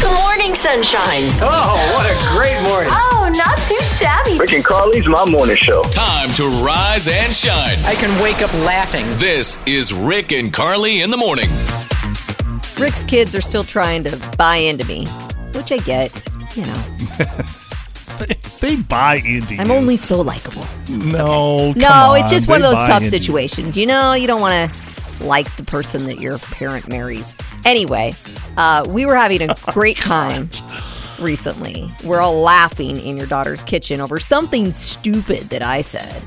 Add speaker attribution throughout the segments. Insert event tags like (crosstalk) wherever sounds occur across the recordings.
Speaker 1: morning sunshine.
Speaker 2: Oh, what a great morning.
Speaker 1: Oh, not too shabby.
Speaker 3: Rick and Carly's my morning show.
Speaker 4: Time to rise and shine.
Speaker 2: I can wake up laughing.
Speaker 4: This is Rick and Carly in the morning.
Speaker 5: Rick's kids are still trying to buy into me, which I get. You know,
Speaker 6: They buy into
Speaker 5: I'm
Speaker 6: you.
Speaker 5: only so likable.
Speaker 6: no.
Speaker 5: No,
Speaker 6: come
Speaker 5: it's just
Speaker 6: on,
Speaker 5: one of those
Speaker 6: they buy
Speaker 5: tough
Speaker 6: into you.
Speaker 5: situations. You know, you don't want to like the person that your parent marries. Anyway, uh, we were
Speaker 6: (laughs)
Speaker 5: having
Speaker 6: Oh
Speaker 5: a great time recently. We're all laughing in your daughter's kitchen over something stupid that I said.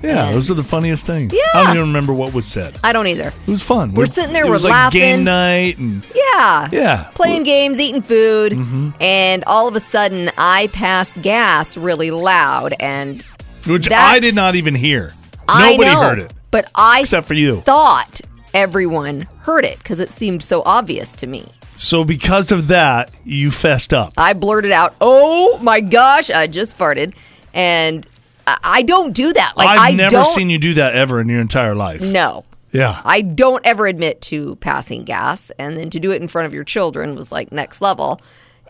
Speaker 6: Yeah, those are the funniest things. Yeah. I don't even remember what was said.
Speaker 5: I don't either.
Speaker 6: It was fun.
Speaker 5: We're sitting there,
Speaker 6: It
Speaker 5: we're
Speaker 6: was like
Speaker 5: laughing.
Speaker 6: game night, and
Speaker 5: Yeah.
Speaker 6: Yeah. Mm-hmm.
Speaker 5: Playing games, eating food, and all of a sudden I passed gas really loud and
Speaker 6: which
Speaker 5: That-
Speaker 6: I did not even hear.
Speaker 5: I
Speaker 6: Nobody
Speaker 5: know,
Speaker 6: heard it
Speaker 5: But I
Speaker 6: except for you.
Speaker 5: thought everyone heard it because it seemed so obvious to me.
Speaker 6: So because of that, you fessed up.
Speaker 5: I blurted out, "Oh my gosh, I just farted," and I, I don't do that. Like I
Speaker 6: I've never
Speaker 5: don't,
Speaker 6: seen you do that ever in your entire life.
Speaker 5: No,
Speaker 6: Yeah.
Speaker 5: I don't ever admit to passing gas, and then to do it in front of your children was like next level.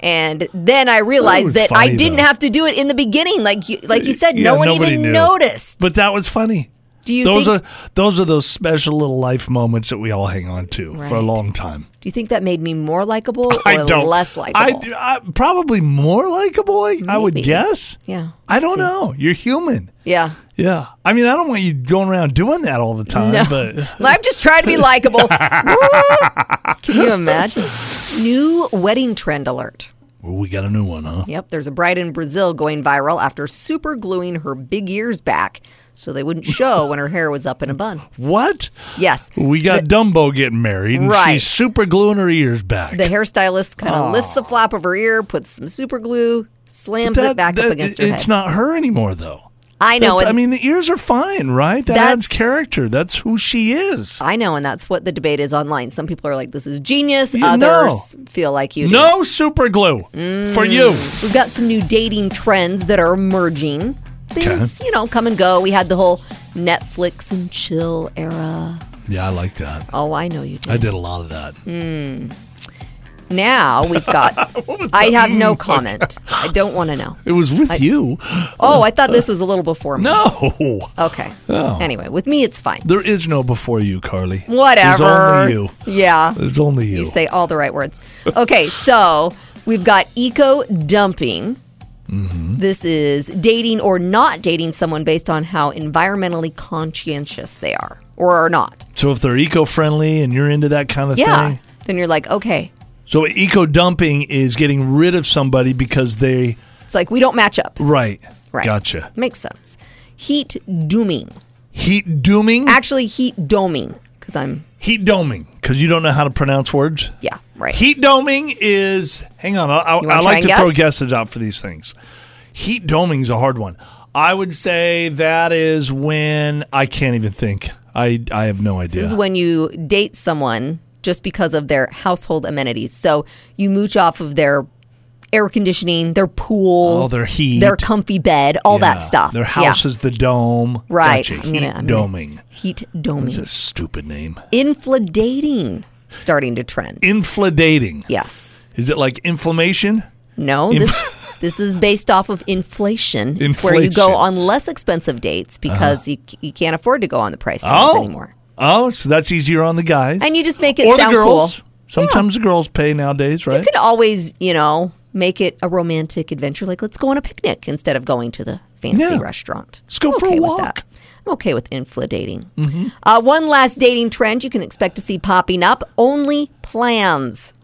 Speaker 5: And then I realized
Speaker 6: was
Speaker 5: that I
Speaker 6: funny,
Speaker 5: didn't
Speaker 6: though. Uh,
Speaker 5: have to do it in the beginning, like you, like you said,
Speaker 6: Yeah,
Speaker 5: no one
Speaker 6: nobody
Speaker 5: even
Speaker 6: knew.
Speaker 5: noticed.
Speaker 6: But that was funny.
Speaker 5: Do you
Speaker 6: those
Speaker 5: think-
Speaker 6: are those are those special little life moments that we all hang on to for a
Speaker 5: Right.
Speaker 6: long time.
Speaker 5: Do you think that made me more likable or
Speaker 6: (laughs) I don't
Speaker 5: less likable?
Speaker 6: I, I probably more likable. I, I would
Speaker 5: Maybe.
Speaker 6: guess.
Speaker 5: Yeah,
Speaker 6: I
Speaker 5: let's
Speaker 6: don't
Speaker 5: see.
Speaker 6: know. You're human.
Speaker 5: Yeah.
Speaker 6: Yeah. I mean, I don't want you going around doing that all the time,
Speaker 5: No. (laughs)
Speaker 6: but
Speaker 5: I'm just trying to be
Speaker 6: (laughs)
Speaker 5: likable. Can you imagine? New wedding trend alert.
Speaker 6: Well, we got a new one, huh?
Speaker 5: Yep, there's a bride in Brazil going viral after super gluing her big ears back so they wouldn't show when her hair was up in a bun.
Speaker 6: What?
Speaker 5: Yes.
Speaker 6: We got Dumbo getting married, and
Speaker 5: Right.
Speaker 6: she's super gluing her ears back.
Speaker 5: The hairstylist kind of lifts the flap of her ear, puts some super glue, slams
Speaker 6: That-
Speaker 5: it back
Speaker 6: that-
Speaker 5: up against her
Speaker 6: it's
Speaker 5: head.
Speaker 6: not her anymore, though.
Speaker 5: I know.
Speaker 6: That's-
Speaker 5: And,
Speaker 6: I mean, the ears are fine, right? That adds
Speaker 5: That's- Ah,
Speaker 6: character. That's who she is.
Speaker 5: I know, and that's what the debate is online. Some people are like, "This is genius."
Speaker 6: Yeah, no.
Speaker 5: Others feel like you. do.
Speaker 6: No super glue for you.
Speaker 5: We've got some new dating trends that are emerging. Things, you know, come and go. We had the whole Netflix and chill era.
Speaker 6: Yeah, I like that.
Speaker 5: Oh, I know you do.
Speaker 6: I did a lot of that.
Speaker 5: Mm. Now we've
Speaker 6: (laughs)
Speaker 5: got. I have
Speaker 6: Hmm,
Speaker 5: no comment. I don't want to know.
Speaker 6: It was with you.
Speaker 5: Oh, I thought this was a little before me.
Speaker 6: No. (laughs)
Speaker 5: Okay. Anyway, with me, it's fine.
Speaker 6: There is no before you, Carly.
Speaker 5: Whatever.
Speaker 6: There's only you.
Speaker 5: Yeah.
Speaker 6: There's only you.
Speaker 5: You say all the right words. Okay, so we've got eco dumping. This is dating or not dating someone based on how environmentally conscientious they are or are not.
Speaker 6: so if they're eco-friendly and you're into that kind of
Speaker 5: Yeah.
Speaker 6: thing,
Speaker 5: Then you're like, okay,
Speaker 6: so eco dumping is getting rid of somebody because they
Speaker 5: it's like we don't match up.
Speaker 6: right.
Speaker 5: Right.
Speaker 6: Gotcha.
Speaker 5: Makes sense. Heat dooming.
Speaker 6: Heat dooming.
Speaker 5: Actually, heat doming because I'm,
Speaker 6: heat doming because you don't know how to pronounce words.
Speaker 5: yeah, right.
Speaker 6: Heat doming is. Hang on, I, I,
Speaker 5: wanna
Speaker 6: I
Speaker 5: try
Speaker 6: like
Speaker 5: and
Speaker 6: to throw
Speaker 5: guess?
Speaker 6: guesses out for these things. Heat doming's a hard one. I would say that is when I can't even think. I I have no idea.
Speaker 5: This is when you date someone just because of their household amenities. So you mooch off of their air conditioning, their pool,
Speaker 6: Oh, their heat.
Speaker 5: their comfy bed, all that
Speaker 6: Yeah.
Speaker 5: stuff.
Speaker 6: Their
Speaker 5: Yeah.
Speaker 6: house is the dome.
Speaker 5: Right.
Speaker 6: Gotcha.
Speaker 5: I'm gonna-
Speaker 6: Heat
Speaker 5: I'm gonna-
Speaker 6: doming.
Speaker 5: Heat
Speaker 6: That's a
Speaker 5: doming.
Speaker 6: stupid name.
Speaker 5: Infladating starting to trend.
Speaker 6: Infladating.
Speaker 5: yes.
Speaker 6: Is it like inflammation?
Speaker 5: No,
Speaker 6: Inf-
Speaker 5: this this is based off of inflation. It's where you go
Speaker 6: Inflation. Uh-huh.
Speaker 5: on less expensive dates because you, you can't afford to go on the price of
Speaker 6: Oh.
Speaker 5: anymore.
Speaker 6: Oh, so that's easier on the guys.
Speaker 5: And you just make it
Speaker 6: or
Speaker 5: sound
Speaker 6: the girls.
Speaker 5: cool.
Speaker 6: Sometimes the girls pay nowadays, right?
Speaker 5: You could always, you know, make it a romantic adventure. Like, let's go on a picnic instead of going to the fancy
Speaker 6: Yeah.
Speaker 5: restaurant.
Speaker 6: Let's go
Speaker 5: I'm
Speaker 6: for a
Speaker 5: okay with
Speaker 6: walk.
Speaker 5: that. I'm okay with infla dating.
Speaker 6: Mm-hmm.
Speaker 5: Uh, one last dating trend you can expect to see popping up only plans.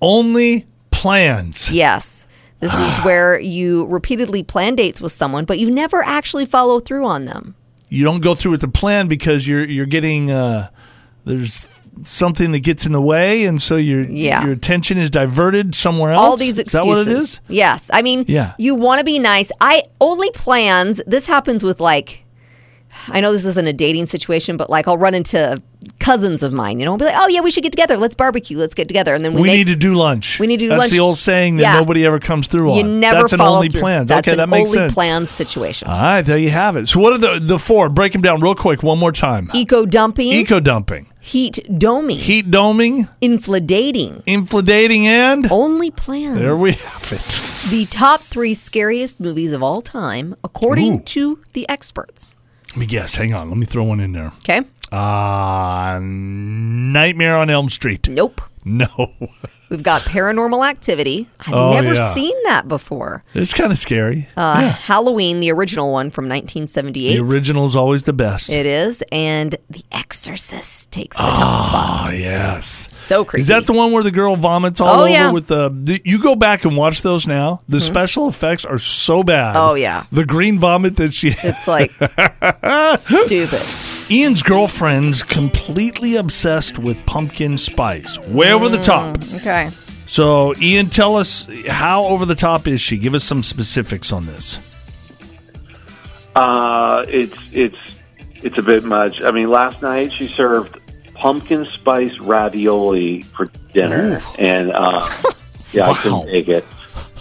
Speaker 6: Only plans.
Speaker 5: Yes. This
Speaker 6: (sighs)
Speaker 5: is where you repeatedly plan dates with someone, but you never actually follow through on them.
Speaker 6: You don't go through with the plan because you're you're getting uh, there's something that gets in the way, and so your
Speaker 5: Yeah.
Speaker 6: your attention is diverted somewhere else.
Speaker 5: all these
Speaker 6: Is
Speaker 5: excuses.
Speaker 6: that what it is?
Speaker 5: Yes. I mean,
Speaker 6: Yeah.
Speaker 5: you want to be nice. I only plans, this happens with like, I know this isn't a dating situation, but like I'll run into cousins of mine, you know, I'll be like, oh, yeah, we should get together. Let's barbecue. Let's get together. And then we,
Speaker 6: We
Speaker 5: make,
Speaker 6: need to do lunch.
Speaker 5: We need to do
Speaker 6: That's
Speaker 5: lunch.
Speaker 6: the old saying that
Speaker 5: Yeah.
Speaker 6: nobody ever comes through
Speaker 5: you
Speaker 6: on.
Speaker 5: never
Speaker 6: That's an
Speaker 5: follow
Speaker 6: only
Speaker 5: through.
Speaker 6: plans.
Speaker 5: That's
Speaker 6: okay,
Speaker 5: an
Speaker 6: that makes
Speaker 5: only
Speaker 6: sense. Uh,
Speaker 5: plans situation.
Speaker 6: All right, there you have it. So, what are the the four? Break them down real quick, one more time.
Speaker 5: Eco dumping,
Speaker 6: Eco dumping.
Speaker 5: heat doming,
Speaker 6: Heat doming,
Speaker 5: infladating,
Speaker 6: infladating, and
Speaker 5: only plans.
Speaker 6: there we have it.
Speaker 5: the top three scariest movies of all time, according
Speaker 6: Ooh.
Speaker 5: to the experts.
Speaker 6: Let me guess. Hang on. Let me throw one in there.
Speaker 5: Okay.
Speaker 6: Uh, Nightmare on Elm Street. (laughs)
Speaker 5: Nope.
Speaker 6: No.
Speaker 5: We've got paranormal activity. I've
Speaker 6: Oh,
Speaker 5: never
Speaker 6: yeah.
Speaker 5: seen that
Speaker 6: (sighs)
Speaker 5: before.
Speaker 6: It's kind of scary.
Speaker 5: Uh, Halloween, the original one from 1978.
Speaker 6: the original is always the best.
Speaker 5: It is, and The Exorcist takes the top spot.
Speaker 6: oh, yes.
Speaker 5: So crazy.
Speaker 6: Is that the one where the girl vomits all
Speaker 5: Oh,
Speaker 6: over
Speaker 5: yeah. Hmm?
Speaker 6: with the, th- You go back and watch those now. The special effects are so bad.
Speaker 5: Oh, yeah.
Speaker 6: The green vomit that
Speaker 5: (laughs)
Speaker 6: she had.
Speaker 5: It's like
Speaker 6: (laughs)
Speaker 5: stupid.
Speaker 6: Ian's girlfriend's completely obsessed with pumpkin spice. Way over the top.
Speaker 5: Okay.
Speaker 6: So, Ian, tell us how over the top is she? Give us some specifics on this.
Speaker 7: Uh, it's it's it's a bit much. I mean, last night she served pumpkin spice ravioli for dinner, and uh, yeah, I
Speaker 6: Wow.
Speaker 7: couldn't take it.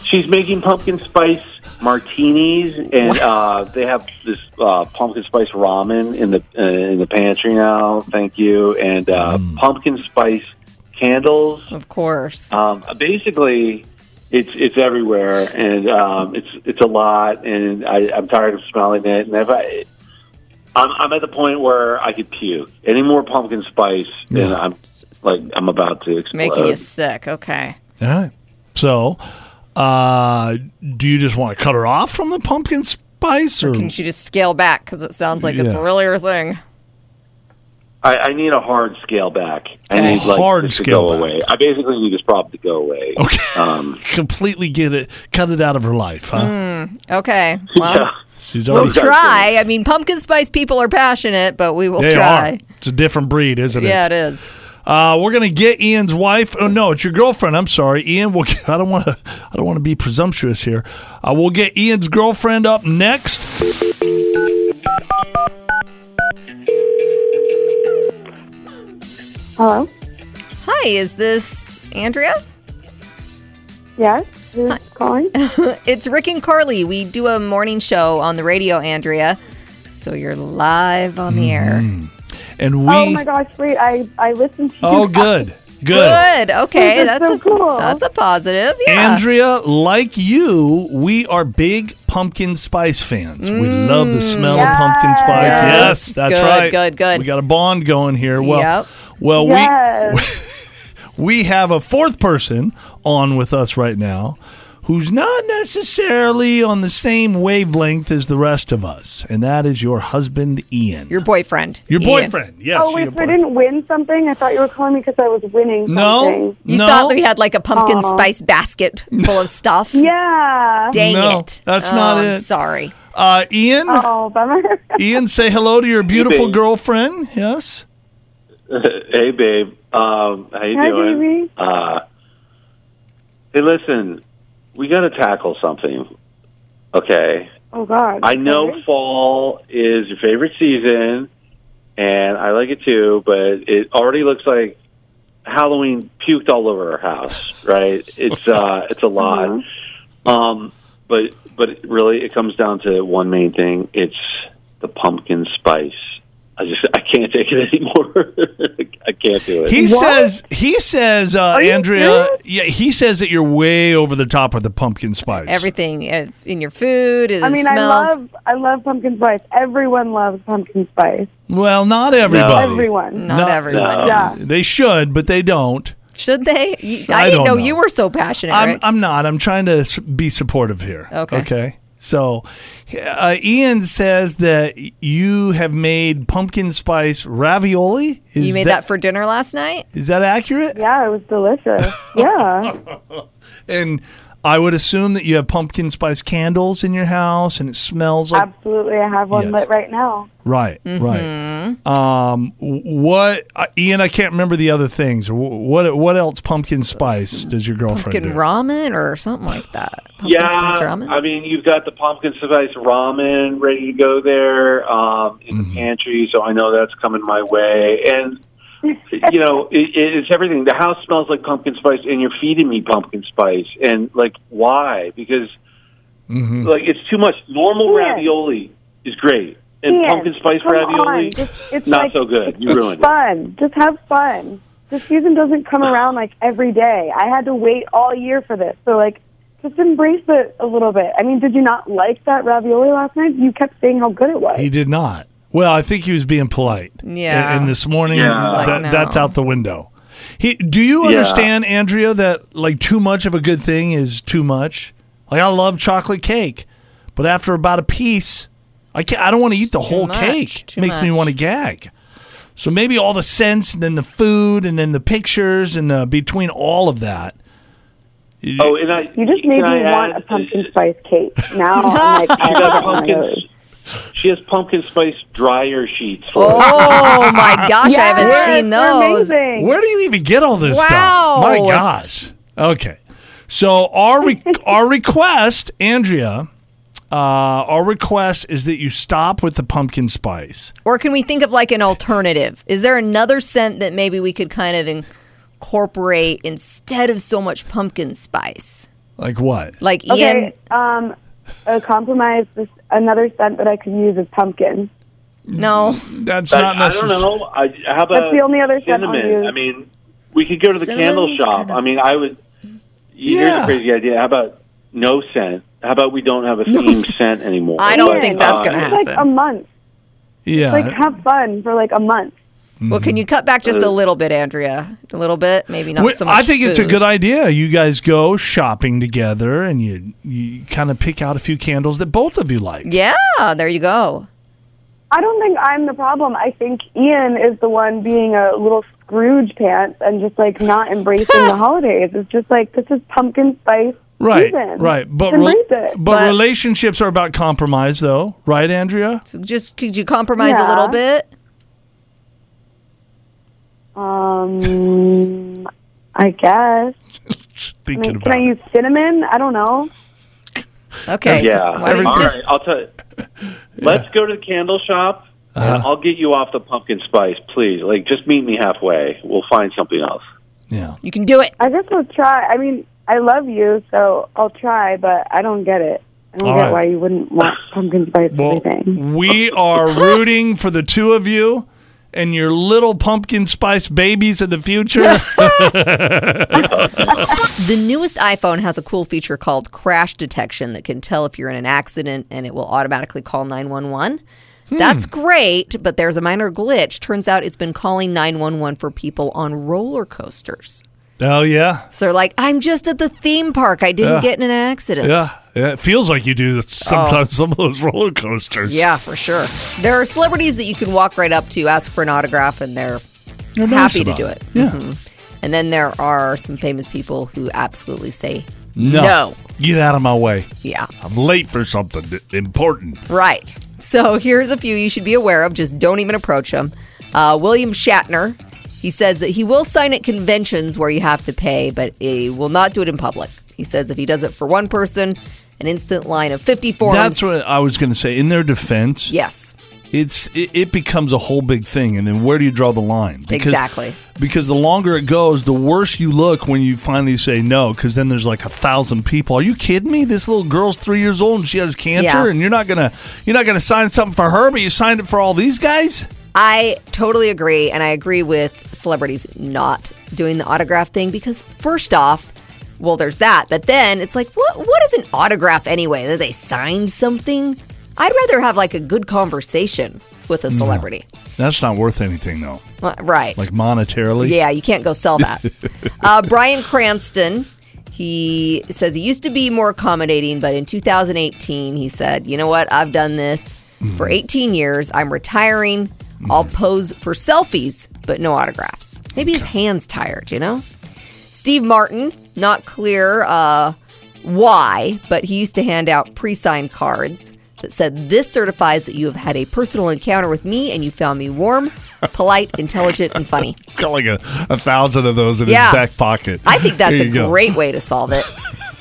Speaker 7: She's making pumpkin spice martinis, and uh, they have this uh, pumpkin spice ramen in the uh, in the pantry now. Thank you, and uh, pumpkin spice candles.
Speaker 5: Of course.
Speaker 7: Um, basically, it's it's everywhere, and um, it's it's a lot, and I, I'm tired of smelling it. And if I, I'm, I'm at the point where I could puke. Any more pumpkin spice, and
Speaker 6: Yeah.
Speaker 7: I'm like I'm about to explode.
Speaker 5: Making you sick. Okay.
Speaker 6: All right. So, uh, do you just want to cut her off from the pumpkin spice, or
Speaker 5: Can she just scale back? Because it sounds like it's
Speaker 6: Yeah.
Speaker 5: really her thing.
Speaker 7: I, I need a hard scale back. I
Speaker 5: Okay.
Speaker 7: need like
Speaker 6: Hard
Speaker 7: this to
Speaker 6: scale
Speaker 7: go
Speaker 6: back.
Speaker 7: away. I basically need this problem to go away.
Speaker 6: (laughs) okay,
Speaker 7: Um,
Speaker 6: (laughs) completely get it, cut it out of her life, huh?
Speaker 5: Mm. Okay. Well,
Speaker 7: yeah.
Speaker 6: She's
Speaker 5: we'll
Speaker 6: already-
Speaker 5: try. I mean, pumpkin spice people are passionate, but we will
Speaker 6: they
Speaker 5: try.
Speaker 6: are. It's a different breed, isn't it?
Speaker 5: Yeah, it is.
Speaker 6: Uh, we're gonna get Ian's wife. Oh no, it's your girlfriend. I'm sorry, Ian. We'll get, (laughs) I don't want to. I don't want to be presumptuous here. Uh, we'll get Ian's girlfriend up next.
Speaker 8: Hello?
Speaker 5: Hi, is this Andrea?
Speaker 8: Yes? Who's calling?
Speaker 5: It's Rick and Carly. We do a morning show on the radio, Andrea. So you're live on the
Speaker 6: Mm-hmm.
Speaker 5: air.
Speaker 6: And we.
Speaker 8: oh my gosh, wait, I, I listened to you.
Speaker 6: (laughs) Oh, good, good.
Speaker 5: Good. Okay, that's,
Speaker 8: That's so
Speaker 5: a
Speaker 8: cool.
Speaker 5: that's a positive. Yeah.
Speaker 6: Andrea, like you, we are big pumpkin spice fans. we love the smell of pumpkin spice. Yes,
Speaker 5: Mm. Yes.
Speaker 6: that's
Speaker 5: Good,
Speaker 6: right.
Speaker 5: good, good.
Speaker 6: We got a bond going here. Well,
Speaker 5: Yep.
Speaker 6: well,
Speaker 8: (laughs) Yes.
Speaker 6: we we have a fourth person on with us right now who's not necessarily on the same wavelength as the rest of us, and that is your husband Ian.
Speaker 5: Your boyfriend.
Speaker 6: Your
Speaker 5: Ian.
Speaker 6: boyfriend. Yes.
Speaker 8: oh,
Speaker 6: your
Speaker 8: wait, so I
Speaker 6: boyfriend.
Speaker 8: didn't win something? I thought you were calling me because I was winning
Speaker 6: No.
Speaker 8: something.
Speaker 5: You
Speaker 6: no.
Speaker 5: thought we had like a pumpkin
Speaker 8: Aw.
Speaker 5: spice basket full of stuff?
Speaker 8: (laughs) Yeah.
Speaker 5: Dang
Speaker 6: No,
Speaker 5: it.
Speaker 6: that's
Speaker 5: Oh,
Speaker 6: not
Speaker 5: I'm
Speaker 6: it.
Speaker 5: sorry.
Speaker 6: uh, Ian.
Speaker 8: Oh, bummer. (laughs)
Speaker 6: Ian, say hello to your beautiful
Speaker 7: babe.
Speaker 6: girlfriend. Yes.
Speaker 7: (laughs) hey, babe. Um, how you
Speaker 8: Hi,
Speaker 7: doing?
Speaker 8: baby.
Speaker 7: Uh, hey, listen, we got to tackle something. Okay.
Speaker 8: Oh, God.
Speaker 7: I know fall is your favorite season, and I like it too. But it already looks like Halloween puked all over our house. Right? It's uh, it's a lot. Um, but but really, it comes down to one main thing: it's the pumpkin spice. I just I can't take it (laughs) anymore. I can't do it.
Speaker 6: He says he says uh,
Speaker 8: you
Speaker 6: Andrea.
Speaker 8: serious?
Speaker 6: Yeah, he says that you're way over the top with the pumpkin spice.
Speaker 5: Everything uh, in your food, it
Speaker 8: I mean,
Speaker 5: smells.
Speaker 8: I love I love pumpkin spice. Everyone loves pumpkin spice.
Speaker 6: well, not everybody.
Speaker 8: Everyone.
Speaker 5: not
Speaker 6: No.
Speaker 5: everyone.
Speaker 8: Yeah.
Speaker 6: They should, but they don't.
Speaker 5: Should they? You- I,
Speaker 6: I
Speaker 5: didn't
Speaker 6: don't
Speaker 5: know,
Speaker 6: know.
Speaker 5: you were so passionate.
Speaker 6: I'm
Speaker 5: Rick.
Speaker 6: I'm not. I'm trying to s- be supportive here.
Speaker 5: Okay.
Speaker 6: Okay. So, uh, Ian says that you have made pumpkin spice ravioli. Is
Speaker 5: you made that, for dinner last night?
Speaker 6: is that accurate?
Speaker 8: Yeah, it was
Speaker 6: (laughs)
Speaker 8: delicious. Yeah.
Speaker 6: And I would assume that you have pumpkin spice candles in your house, and it smells like
Speaker 8: Absolutely. I have one
Speaker 6: Yes.
Speaker 8: lit right now.
Speaker 6: Right, right.
Speaker 5: mm-hmm.
Speaker 6: Um, w- what, uh, Ian? I can't remember the other things. W- What, what else? Pumpkin spice does your girlfriend
Speaker 5: Fucking
Speaker 6: do?
Speaker 5: ramen or something like that.
Speaker 8: (laughs)
Speaker 5: Pumpkin
Speaker 7: Yeah,
Speaker 5: spice ramen.
Speaker 7: I mean, you've got the pumpkin spice ramen ready to go there um, in
Speaker 5: Mm-hmm.
Speaker 7: the pantry, so I know that's coming my way. And you know, it, it's everything. The house smells like pumpkin spice, and you're feeding me pumpkin spice. And like,
Speaker 5: Mm-hmm.
Speaker 7: why? Because like it's too much. Normal
Speaker 8: Yeah.
Speaker 7: ravioli is great. and
Speaker 8: can't.
Speaker 7: pumpkin spice
Speaker 8: Come
Speaker 7: ravioli.
Speaker 8: on. Just- it's
Speaker 7: not
Speaker 8: like-
Speaker 7: so good. You ruined it.
Speaker 8: fun. Just have fun. The season doesn't come around like every day. I had to wait all year for this. So like just embrace it a little bit. I mean, did you not like that ravioli last night? You kept saying how good it was.
Speaker 6: He did not. Well, I think he was being polite.
Speaker 5: Yeah.
Speaker 6: And, and this morning,
Speaker 7: Yeah.
Speaker 5: It's like,
Speaker 6: that,
Speaker 5: no.
Speaker 6: that's out the window. He, do you
Speaker 7: Yeah.
Speaker 6: understand, Andrea, that like too much of a good thing is too much? Like I love chocolate cake, but after about a piece, I can't. I don't want to eat the whole
Speaker 5: much,
Speaker 6: cake.
Speaker 5: too
Speaker 6: Makes me
Speaker 5: much.
Speaker 6: want to gag. So maybe all the scents, and then the food, and then the pictures, and the between all of that.
Speaker 7: Oh, and I
Speaker 8: You just
Speaker 7: can
Speaker 8: made
Speaker 7: I
Speaker 8: me want
Speaker 7: add-
Speaker 8: a pumpkin spice cake.
Speaker 7: (laughs)
Speaker 8: Now I'm like, I
Speaker 7: She does
Speaker 8: want one of those.
Speaker 7: pumpkin. She has pumpkin spice dryer sheets for us.
Speaker 6: (laughs)
Speaker 5: Oh my gosh, I haven't
Speaker 8: Yes,
Speaker 5: seen
Speaker 8: they're
Speaker 5: those.
Speaker 8: Amazing.
Speaker 6: Where do you even get all this
Speaker 5: Wow.
Speaker 6: stuff? My gosh. Okay. So our
Speaker 8: (laughs)
Speaker 6: re- our request, Andrea, uh, our request is that you stop with the pumpkin spice.
Speaker 5: Or can we think of like an alternative? Is there another scent that maybe we could kind of incorporate instead of so much pumpkin spice?
Speaker 6: Like what?
Speaker 5: Like Ian,
Speaker 8: Okay, um, a compromise. This another scent that I could use is pumpkin.
Speaker 5: no,
Speaker 6: That's
Speaker 7: I,
Speaker 6: not
Speaker 7: I don't
Speaker 6: necessary.
Speaker 7: know. I, how about
Speaker 8: That's the only other scent I'll
Speaker 7: cinnamon?
Speaker 8: use.
Speaker 7: I mean, we could go to the candle
Speaker 5: Cinnamon's
Speaker 7: shop.
Speaker 5: kind of-
Speaker 7: I mean, I would. You Here's
Speaker 6: Yeah.
Speaker 7: a crazy idea. How about no scent? How about we don't have a themed scent anymore?
Speaker 5: I don't think that's
Speaker 7: Uh,
Speaker 5: gonna
Speaker 8: It's
Speaker 5: happen. Uh-huh.
Speaker 8: like a month.
Speaker 6: Yeah.
Speaker 8: Like have fun for like a month. um,
Speaker 5: Well, can you cut back just a little bit, Andrea? A little bit, maybe not
Speaker 6: We-
Speaker 5: so much.
Speaker 6: I think it's a
Speaker 5: food.
Speaker 6: good idea. You guys go shopping together and you you kind of pick out a few candles that both of you like.
Speaker 5: Yeah, there you go.
Speaker 8: I don't think I'm the problem. I think Ian is the one being a little Scrooge pants and just
Speaker 6: (laughs)
Speaker 8: like not embracing the holidays. It's just like this is pumpkin spice
Speaker 6: Right,
Speaker 8: season.
Speaker 6: right, but
Speaker 8: Embrace
Speaker 6: re-
Speaker 8: it.
Speaker 6: but,
Speaker 5: But-
Speaker 6: relationships are about compromise, though, right, Andrea?
Speaker 5: Just could you compromise a
Speaker 8: Yeah.
Speaker 5: little bit?
Speaker 8: Um, I guess.
Speaker 6: Just
Speaker 8: I
Speaker 6: thinking
Speaker 8: mean,
Speaker 6: about
Speaker 8: can I
Speaker 6: it.
Speaker 8: use cinnamon? I don't know.
Speaker 5: Okay.
Speaker 7: Yeah.
Speaker 5: Why don't you
Speaker 7: All
Speaker 5: just-
Speaker 7: right,
Speaker 6: (laughs)
Speaker 7: I'll tell you. Let's go to the candle shop. And
Speaker 6: Uh-huh.
Speaker 7: I'll get you off the pumpkin spice, please. Like, just meet me halfway. We'll find something else.
Speaker 6: yeah.
Speaker 5: You can do it.
Speaker 8: I guess I'll try. I mean, I love you, so I'll try, but I don't get it. I don't
Speaker 6: All
Speaker 8: get
Speaker 6: right.
Speaker 8: why you wouldn't want pumpkin spice
Speaker 6: Well,
Speaker 8: everything.
Speaker 6: we
Speaker 5: (laughs)
Speaker 6: are rooting for the two of you and your little pumpkin spice babies in the future. (laughs)
Speaker 5: The newest iPhone has a cool feature called crash detection that can tell if you're in an accident and it will automatically call 911.
Speaker 6: Hmm.
Speaker 5: That's great, but there's a minor glitch. Turns out it's been calling 911 for people on roller coasters.
Speaker 6: oh yeah,
Speaker 5: So they're like, I'm just at the theme park. I didn't
Speaker 6: Yeah.
Speaker 5: get in an accident.
Speaker 6: yeah, yeah. It feels like you do sometimes some of those roller coasters.
Speaker 5: Oh. Yeah, for sure. There are celebrities that you can walk right up to, ask for an autograph, and they're
Speaker 6: You're nice
Speaker 5: happy to
Speaker 6: about
Speaker 5: do it. Mm-hmm.
Speaker 6: Yeah,
Speaker 5: And then there are some famous people who absolutely say,
Speaker 6: no.
Speaker 5: No.
Speaker 6: get out of my way.
Speaker 5: yeah,
Speaker 6: I'm late for something d- important.
Speaker 5: right. So here's a few you should be aware of. Just don't even approach them. Uh, William Shatner, he says that he will sign at conventions where you have to pay, but he will not do it in public. He says if he does it for one person, an instant line of 50 forms.
Speaker 6: That's what I was going to say. In their defense,
Speaker 5: Yes.
Speaker 6: it's it, it becomes a whole big thing, and then where do you draw the line?
Speaker 5: Exactly.
Speaker 6: Because the longer it goes, the worse you look when you finally say no. Because then there's like a thousand people. Are you kidding me? This little girl's three years old and she has cancer,
Speaker 5: Yeah.
Speaker 6: and you're not gonna you're not gonna sign something for her, but you signed it for all these guys.
Speaker 5: I totally agree. And I agree with celebrities not doing the autograph thing because, first off, well, there's that. But then it's like, what, what is an autograph anyway? That they signed something? I'd rather have like a good conversation with a celebrity.
Speaker 6: That's not worth anything though,
Speaker 5: Well, right.
Speaker 6: like monetarily.
Speaker 5: Yeah, you can't go sell that. uh, Brian Cranston, he says he used to be more accommodating, but in 2018, he said, you know what? I've done this for 18 years. I'm retiring. I'll pose for selfies, but no autographs. Maybe his hand's tired, you know? Steve Martin, not clear uh, why, but he used to hand out pre signed cards that said, This certifies that you have had a personal encounter with me and you found me warm, polite, intelligent, and funny.
Speaker 6: He's got like a, a thousand of those in
Speaker 5: Yeah.
Speaker 6: his back pocket.
Speaker 5: I think that's
Speaker 6: There
Speaker 5: a
Speaker 6: you go.
Speaker 5: great way to solve it.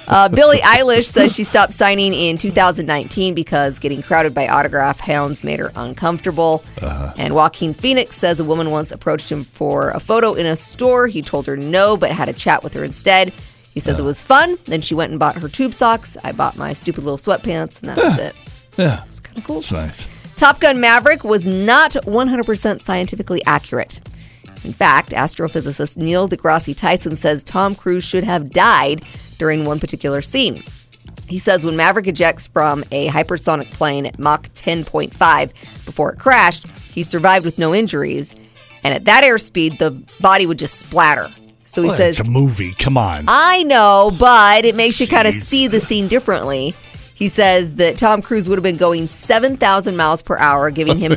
Speaker 5: Uh, Billie Eilish says she stopped signing in 2019 because getting crowded by autograph hounds made her uncomfortable.
Speaker 6: Uh-huh.
Speaker 5: And Joaquin Phoenix says a woman once approached him for a photo in a store. He told her no, but had a chat with her instead. He says
Speaker 6: Uh-huh.
Speaker 5: it was fun. Then she went and bought her tube socks. I bought my stupid little sweatpants, and that was it.
Speaker 6: Yeah,
Speaker 5: It's kind of cool.
Speaker 6: it's nice.
Speaker 5: Top Gun Maverick was not 100% scientifically accurate. In fact, astrophysicist Neil deGrasse Tyson says Tom Cruise should have died during one particular scene. He says when Maverick ejects from a hypersonic plane at Mach 10.5 before it crashed, he survived with no injuries. And at that airspeed, the body would just splatter. So he
Speaker 6: Well,
Speaker 5: says,
Speaker 6: it's a movie. Come on.
Speaker 5: I know, but it makes you kind of
Speaker 6: Jeez.
Speaker 5: see the scene differently. He says that Tom Cruise would have been going 7,000 miles per hour, giving
Speaker 6: (laughs)
Speaker 5: him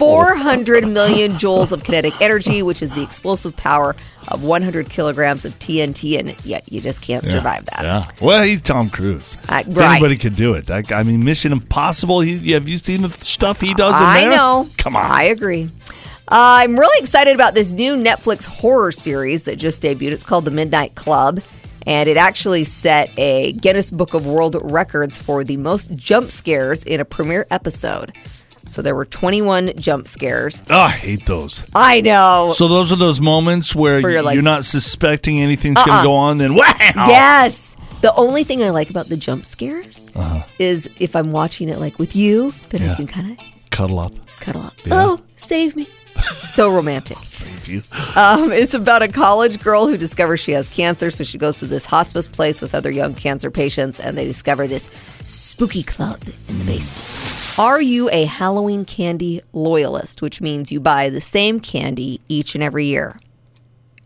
Speaker 5: 400 million joules of kinetic energy, which is the explosive power of 100 kilograms of TNT, and yet you just can't survive that.
Speaker 6: Yeah. Well, he's Tom Cruise.
Speaker 5: Uh,
Speaker 6: If
Speaker 5: right.
Speaker 6: Anybody could do it. I, I mean, Mission Impossible. He, have you seen the stuff he does in
Speaker 5: I
Speaker 6: there?
Speaker 5: know.
Speaker 6: Come on.
Speaker 5: I agree. Uh, I'm really excited about this new Netflix horror series that just debuted. It's called The Midnight Club, and it actually set a Guinness Book of World Records for the most jump scares in a premiere episode. So there were 21 jump scares.
Speaker 6: Oh, I hate those.
Speaker 5: I know.
Speaker 6: So those are those moments where
Speaker 5: Where you're
Speaker 6: you're,
Speaker 5: like- Uh-uh.
Speaker 6: not suspecting anything's going to go on. Then wow.
Speaker 5: Yes. The only thing I like about the jump scares is if I'm watching it like with you, then I
Speaker 6: Uh-huh.
Speaker 5: can
Speaker 6: Yeah.
Speaker 5: kind of
Speaker 6: Cuddle up.
Speaker 5: cuddle up. Oh, save me. so
Speaker 6: (laughs)
Speaker 5: romantic.
Speaker 6: Save you.
Speaker 5: Um, it's about a college girl who discovers she has cancer, so she goes to this hospice place with other young cancer patients, and they discover this spooky club in the basement. Are you a Halloween candy loyalist, which means you buy the same candy each and every year?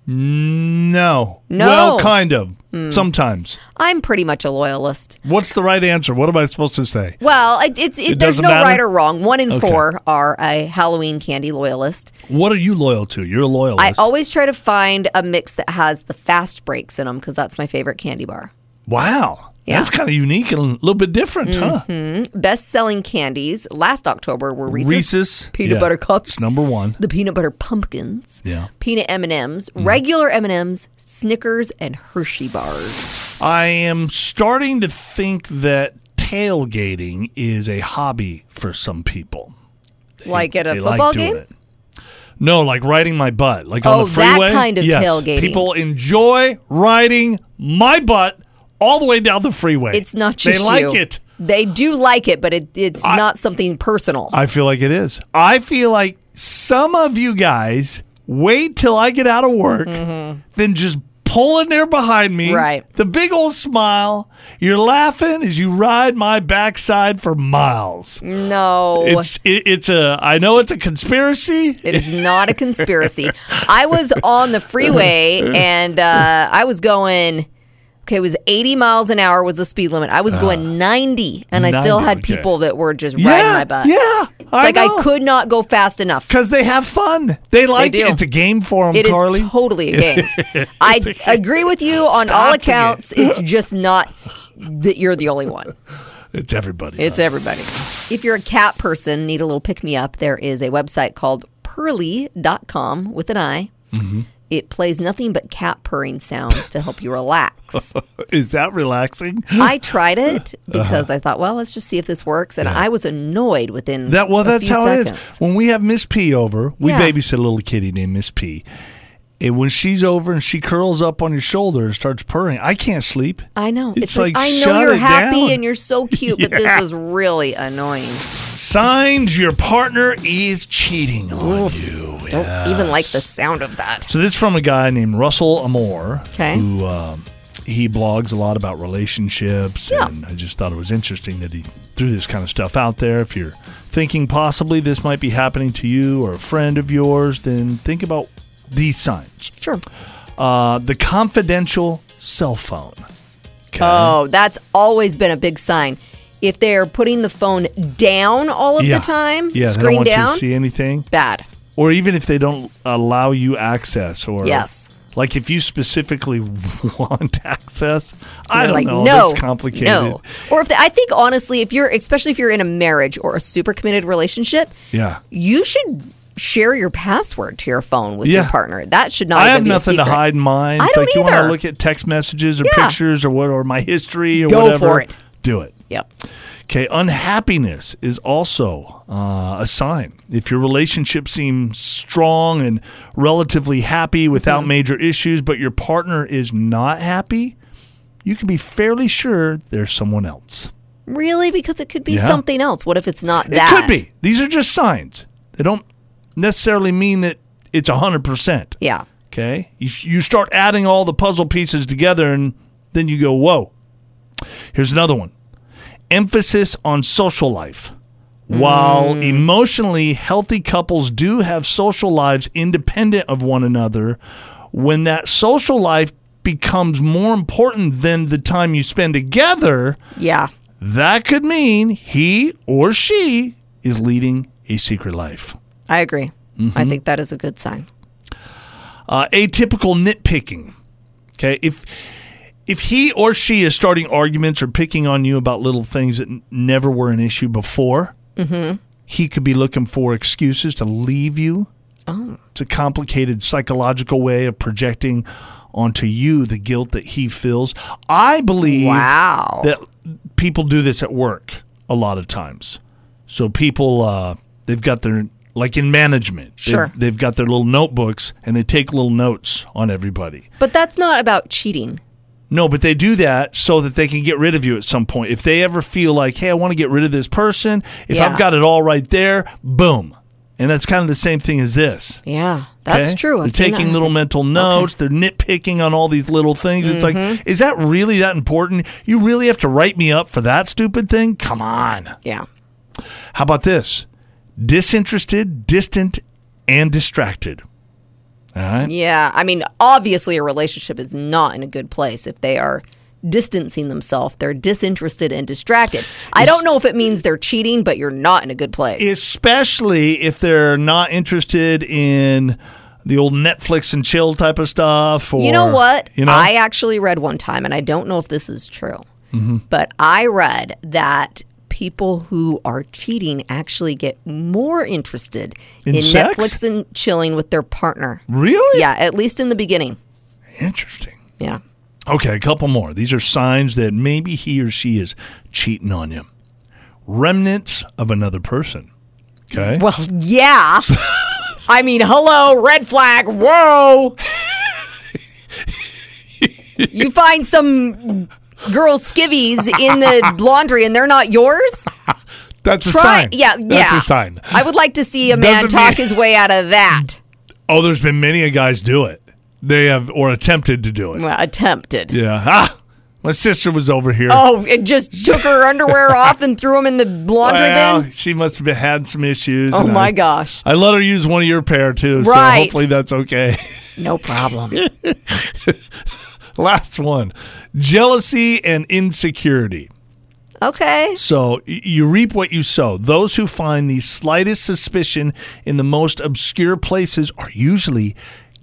Speaker 6: No.
Speaker 5: No. Hmm.
Speaker 6: Well, kind of. Sometimes.
Speaker 5: I'm pretty much a loyalist.
Speaker 6: What's the right answer? What am I supposed to say?
Speaker 5: Well, it, it's it,
Speaker 6: It
Speaker 5: there's
Speaker 6: doesn't
Speaker 5: no
Speaker 6: matter?
Speaker 5: right or wrong. One in
Speaker 6: Okay.
Speaker 5: four are a Halloween candy loyalist.
Speaker 6: What are you loyal to? You're a loyalist.
Speaker 5: I oh. always try to find a mix that has the fast breaks in them because that's my favorite candy bar.
Speaker 6: wow.
Speaker 5: Yeah. Mm-hmm.
Speaker 6: That's kind of unique and a little bit different, huh?
Speaker 5: best selling candies last October were Reese's,
Speaker 6: Reese's
Speaker 5: peanut
Speaker 6: yeah.
Speaker 5: butter cups,
Speaker 6: It's number one.
Speaker 5: the peanut butter pumpkins,
Speaker 6: Yeah. Mm-hmm.
Speaker 5: peanut M and M's, regular M and M's, Snickers, and Hershey bars.
Speaker 6: I am starting to think that tailgating is a hobby for some people.
Speaker 5: Like at a
Speaker 6: They like
Speaker 5: football
Speaker 6: doing
Speaker 5: game,
Speaker 6: it. No, like riding my butt, like
Speaker 5: Oh,
Speaker 6: on the
Speaker 5: that
Speaker 6: freeway.
Speaker 5: kind of
Speaker 6: yes.
Speaker 5: tailgating.
Speaker 6: People enjoy riding my butt all the way down the freeway.
Speaker 5: it's not just
Speaker 6: they like
Speaker 5: you.
Speaker 6: it.
Speaker 5: They do like it, but it, it's not something personal.
Speaker 6: I feel like it is. I feel like some of you guys wait till I get out of work, then just pull in there behind me.
Speaker 5: Mm-hmm. Right.
Speaker 6: The big old smile. You're laughing as you ride my backside for miles.
Speaker 5: no,
Speaker 6: It's it, it's a I know it's a conspiracy.
Speaker 5: It is not a conspiracy. I was on the freeway and uh, I was going. Okay, it was 80 miles an hour was the speed limit. I was going 90, and I still
Speaker 6: 90,
Speaker 5: had
Speaker 6: Ah. okay.
Speaker 5: people that were just riding
Speaker 6: yeah,
Speaker 5: my butt.
Speaker 6: yeah. I
Speaker 5: like I could not go fast enough.
Speaker 6: because they have fun. They like
Speaker 5: do.
Speaker 6: it. It's a game for them,
Speaker 5: It is
Speaker 6: Carly.
Speaker 5: totally a
Speaker 6: (laughs)
Speaker 5: game. I agree with you on all
Speaker 6: Stopping it.
Speaker 5: accounts. It's just not that you're the only one.
Speaker 6: it's everybody.
Speaker 5: It's everybody. If you're a cat person, need a little pick me up, there is a website called pearly.com with an I.
Speaker 6: Mm-hmm.
Speaker 5: It plays nothing but cat purring sounds to help you relax. (laughs)
Speaker 6: is that relaxing?
Speaker 5: I tried it
Speaker 6: Uh-huh.
Speaker 5: because I thought, well, let's just see if this works. And I was annoyed within
Speaker 6: That well,
Speaker 5: a
Speaker 6: that's
Speaker 5: few
Speaker 6: how it
Speaker 5: seconds.
Speaker 6: is. When we have Miss P over, we
Speaker 5: Yeah.
Speaker 6: babysit a little kitty named Miss P. And when she's over and she curls up on your shoulder and starts purring, I can't sleep.
Speaker 5: I know. It's,
Speaker 6: It's
Speaker 5: like,
Speaker 6: like,
Speaker 5: I know
Speaker 6: shut
Speaker 5: you're
Speaker 6: it
Speaker 5: happy
Speaker 6: down.
Speaker 5: and you're
Speaker 6: (laughs)
Speaker 5: so cute, but
Speaker 6: Yeah.
Speaker 5: this is really annoying.
Speaker 6: Signs your partner is cheating on you.
Speaker 5: Don't
Speaker 6: Yeah.
Speaker 5: even like the sound of that.
Speaker 6: So this is from a guy named Russell Amore,
Speaker 5: Okay.
Speaker 6: who um, he blogs a lot about relationships,
Speaker 5: Yeah.
Speaker 6: and I just thought it was interesting that he threw this kind of stuff out there. If you're thinking possibly this might be happening to you or a friend of yours, then think about these signs.
Speaker 5: Sure.
Speaker 6: Uh, the confidential cell phone. Okay.
Speaker 5: Oh, that's always been a big sign. If they're putting the phone down all of
Speaker 6: yeah.
Speaker 5: the time,
Speaker 6: Yeah, they don't
Speaker 5: screen
Speaker 6: want you
Speaker 5: down,
Speaker 6: to see anything.
Speaker 5: bad.
Speaker 6: Or even if they don't allow you access or
Speaker 5: Yes.
Speaker 6: Like if you specifically (laughs) want access, I
Speaker 5: They're
Speaker 6: don't
Speaker 5: like,
Speaker 6: know.
Speaker 5: No,
Speaker 6: That's complicated.
Speaker 5: No. Or if they, I think honestly, if you're especially if you're in a marriage or a super committed relationship,
Speaker 6: Yeah.
Speaker 5: you should share your password to your phone with your
Speaker 6: Yeah.
Speaker 5: partner. That should not.
Speaker 6: I
Speaker 5: even
Speaker 6: have
Speaker 5: be a
Speaker 6: nothing to
Speaker 5: secret.
Speaker 6: hide in mine.
Speaker 5: I
Speaker 6: It's
Speaker 5: don't
Speaker 6: like you want
Speaker 5: either.
Speaker 6: to look at text messages or
Speaker 5: Yeah.
Speaker 6: pictures or what or my history or
Speaker 5: Go
Speaker 6: whatever.
Speaker 5: for it.
Speaker 6: Do it.
Speaker 5: Yep.
Speaker 6: Okay, unhappiness is also uh, a sign. If your relationship seems strong and relatively happy without major issues, but your partner is not happy, you can be fairly sure there's someone else.
Speaker 5: Really? Because it could be
Speaker 6: Yeah.
Speaker 5: something else. What if it's not
Speaker 6: It
Speaker 5: that?
Speaker 6: could be. These are just signs. They don't necessarily mean that it's 100%.
Speaker 5: Yeah.
Speaker 6: Okay. You, you start adding all the puzzle pieces together and then you go, whoa. Here's another one emphasis on social life. While emotionally healthy couples do have social lives independent of one another, when that social life becomes more important than the time you spend together,
Speaker 5: Yeah.
Speaker 6: that could mean he or she is leading a secret life.
Speaker 5: I agree.
Speaker 6: Mm-hmm.
Speaker 5: I think that is a good sign.
Speaker 6: uh, atypical nitpicking. Okay, if if he or she is starting arguments or picking on you about little things that n- never were an issue before, he could be looking for excuses to leave you. Oh. It's a complicated psychological way of projecting onto you the guilt that he feels. I believe
Speaker 5: Wow.
Speaker 6: that people do this at work a lot of times. So people uh, they've got their like in management,
Speaker 5: Sure.
Speaker 6: they've, they've got their little notebooks and they take little notes on everybody.
Speaker 5: But that's not about cheating.
Speaker 6: No, but they do that so that they can get rid of you at some point. If they ever feel like, hey, I want to get rid of this person, if
Speaker 5: Yeah.
Speaker 6: I've got it all right there, boom. And that's kind of the same thing as this.
Speaker 5: Yeah. That's
Speaker 6: okay?
Speaker 5: true.
Speaker 6: They're
Speaker 5: I've seen
Speaker 6: taking
Speaker 5: that.
Speaker 6: little mental notes. They're nitpicking on all these little things. It's
Speaker 5: Mm-hmm.
Speaker 6: like, is that really that important? You really have to write me up for that stupid thing? Come on.
Speaker 5: Yeah.
Speaker 6: How about this? Disinterested, distant, and distracted. All right.
Speaker 5: Yeah. I mean, obviously, a relationship is not in a good place if they are distancing themselves. They're disinterested and distracted. I don't know if it means they're cheating, but you're not in a good place.
Speaker 6: Especially if they're not interested in the old Netflix and chill type of stuff. Or,
Speaker 5: you know what?
Speaker 6: You know,
Speaker 5: I actually read one time, and I don't know if this is true,
Speaker 6: Mm-hmm.
Speaker 5: but I read that people who are cheating actually get more interested
Speaker 6: In
Speaker 5: in,
Speaker 6: sex?
Speaker 5: Netflix and chilling with their partner.
Speaker 6: really?
Speaker 5: Yeah, at least in the beginning.
Speaker 6: Interesting.
Speaker 5: Yeah.
Speaker 6: Okay, a couple more. These are signs that maybe he or she is cheating on you. Remnants of another person. Okay.
Speaker 5: Well, yeah. I mean, hello, red flag. Whoa. you find some girl skivvies in
Speaker 6: (laughs)
Speaker 5: the laundry and they're not yours?
Speaker 6: That's a
Speaker 5: Try- Yeah, yeah. I would like to see a man
Speaker 6: Doesn't
Speaker 5: talk
Speaker 6: mean-
Speaker 5: his way out of that.
Speaker 6: Oh, there's been many a guys do it. They have or attempted to do it.
Speaker 5: Well, attempted.
Speaker 6: Yeah. Ah, my sister was over here.
Speaker 5: Oh, it just took her
Speaker 6: (laughs)
Speaker 5: underwear off and threw them in the laundry
Speaker 6: well,
Speaker 5: bin?
Speaker 6: she must have had some issues.
Speaker 5: Oh
Speaker 6: and
Speaker 5: my
Speaker 6: I,
Speaker 5: gosh.
Speaker 6: I let her use one of your pair too, so
Speaker 5: Right.
Speaker 6: hopefully that's okay. (laughs)
Speaker 5: No problem.
Speaker 6: Last one jealousy and insecurity.
Speaker 5: Okay.
Speaker 6: So y- you reap what you sow. Those who find the slightest suspicion in the most obscure places are usually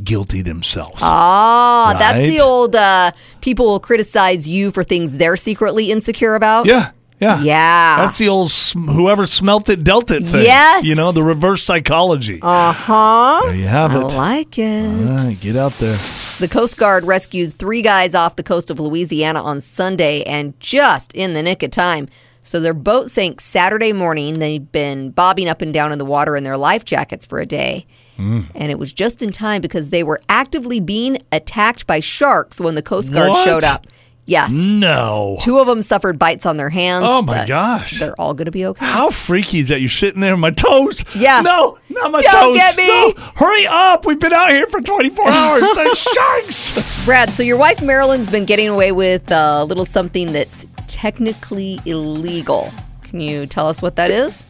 Speaker 6: guilty themselves.
Speaker 5: Oh, that's
Speaker 6: Right.
Speaker 5: the old uh, people will criticize you for things they're secretly insecure about.
Speaker 6: Yeah. Yeah.
Speaker 5: Yeah.
Speaker 6: That's the old sm- whoever smelt it dealt it thing.
Speaker 5: Yes.
Speaker 6: You know, the reverse psychology.
Speaker 5: Uh huh.
Speaker 6: there you have
Speaker 5: I
Speaker 6: it.
Speaker 5: like it.
Speaker 6: All right, get out there.
Speaker 5: The Coast Guard rescues three guys off the coast of Louisiana on Sunday and just in the nick of time. So their boat sank Saturday morning. They've been bobbing up and down in the water in their life jackets for a day.
Speaker 6: Mm.
Speaker 5: And it was just in time because they were actively being attacked by sharks when the Coast Guard
Speaker 6: What?
Speaker 5: showed up. Yes.
Speaker 6: No.
Speaker 5: Two of them suffered bites on their hands.
Speaker 6: Oh my
Speaker 5: but
Speaker 6: gosh.
Speaker 5: They're all going to be okay.
Speaker 6: How freaky is that? You're sitting there, my toes.
Speaker 5: Yeah.
Speaker 6: No, not my
Speaker 5: Don't
Speaker 6: toes.
Speaker 5: get me.
Speaker 6: No, hurry up. We've been out here
Speaker 5: (laughs)
Speaker 6: for 24 hours. There's sharks.
Speaker 5: Brad, so your wife Marilyn's been getting away with a little something that's technically illegal. Can you tell us what that is?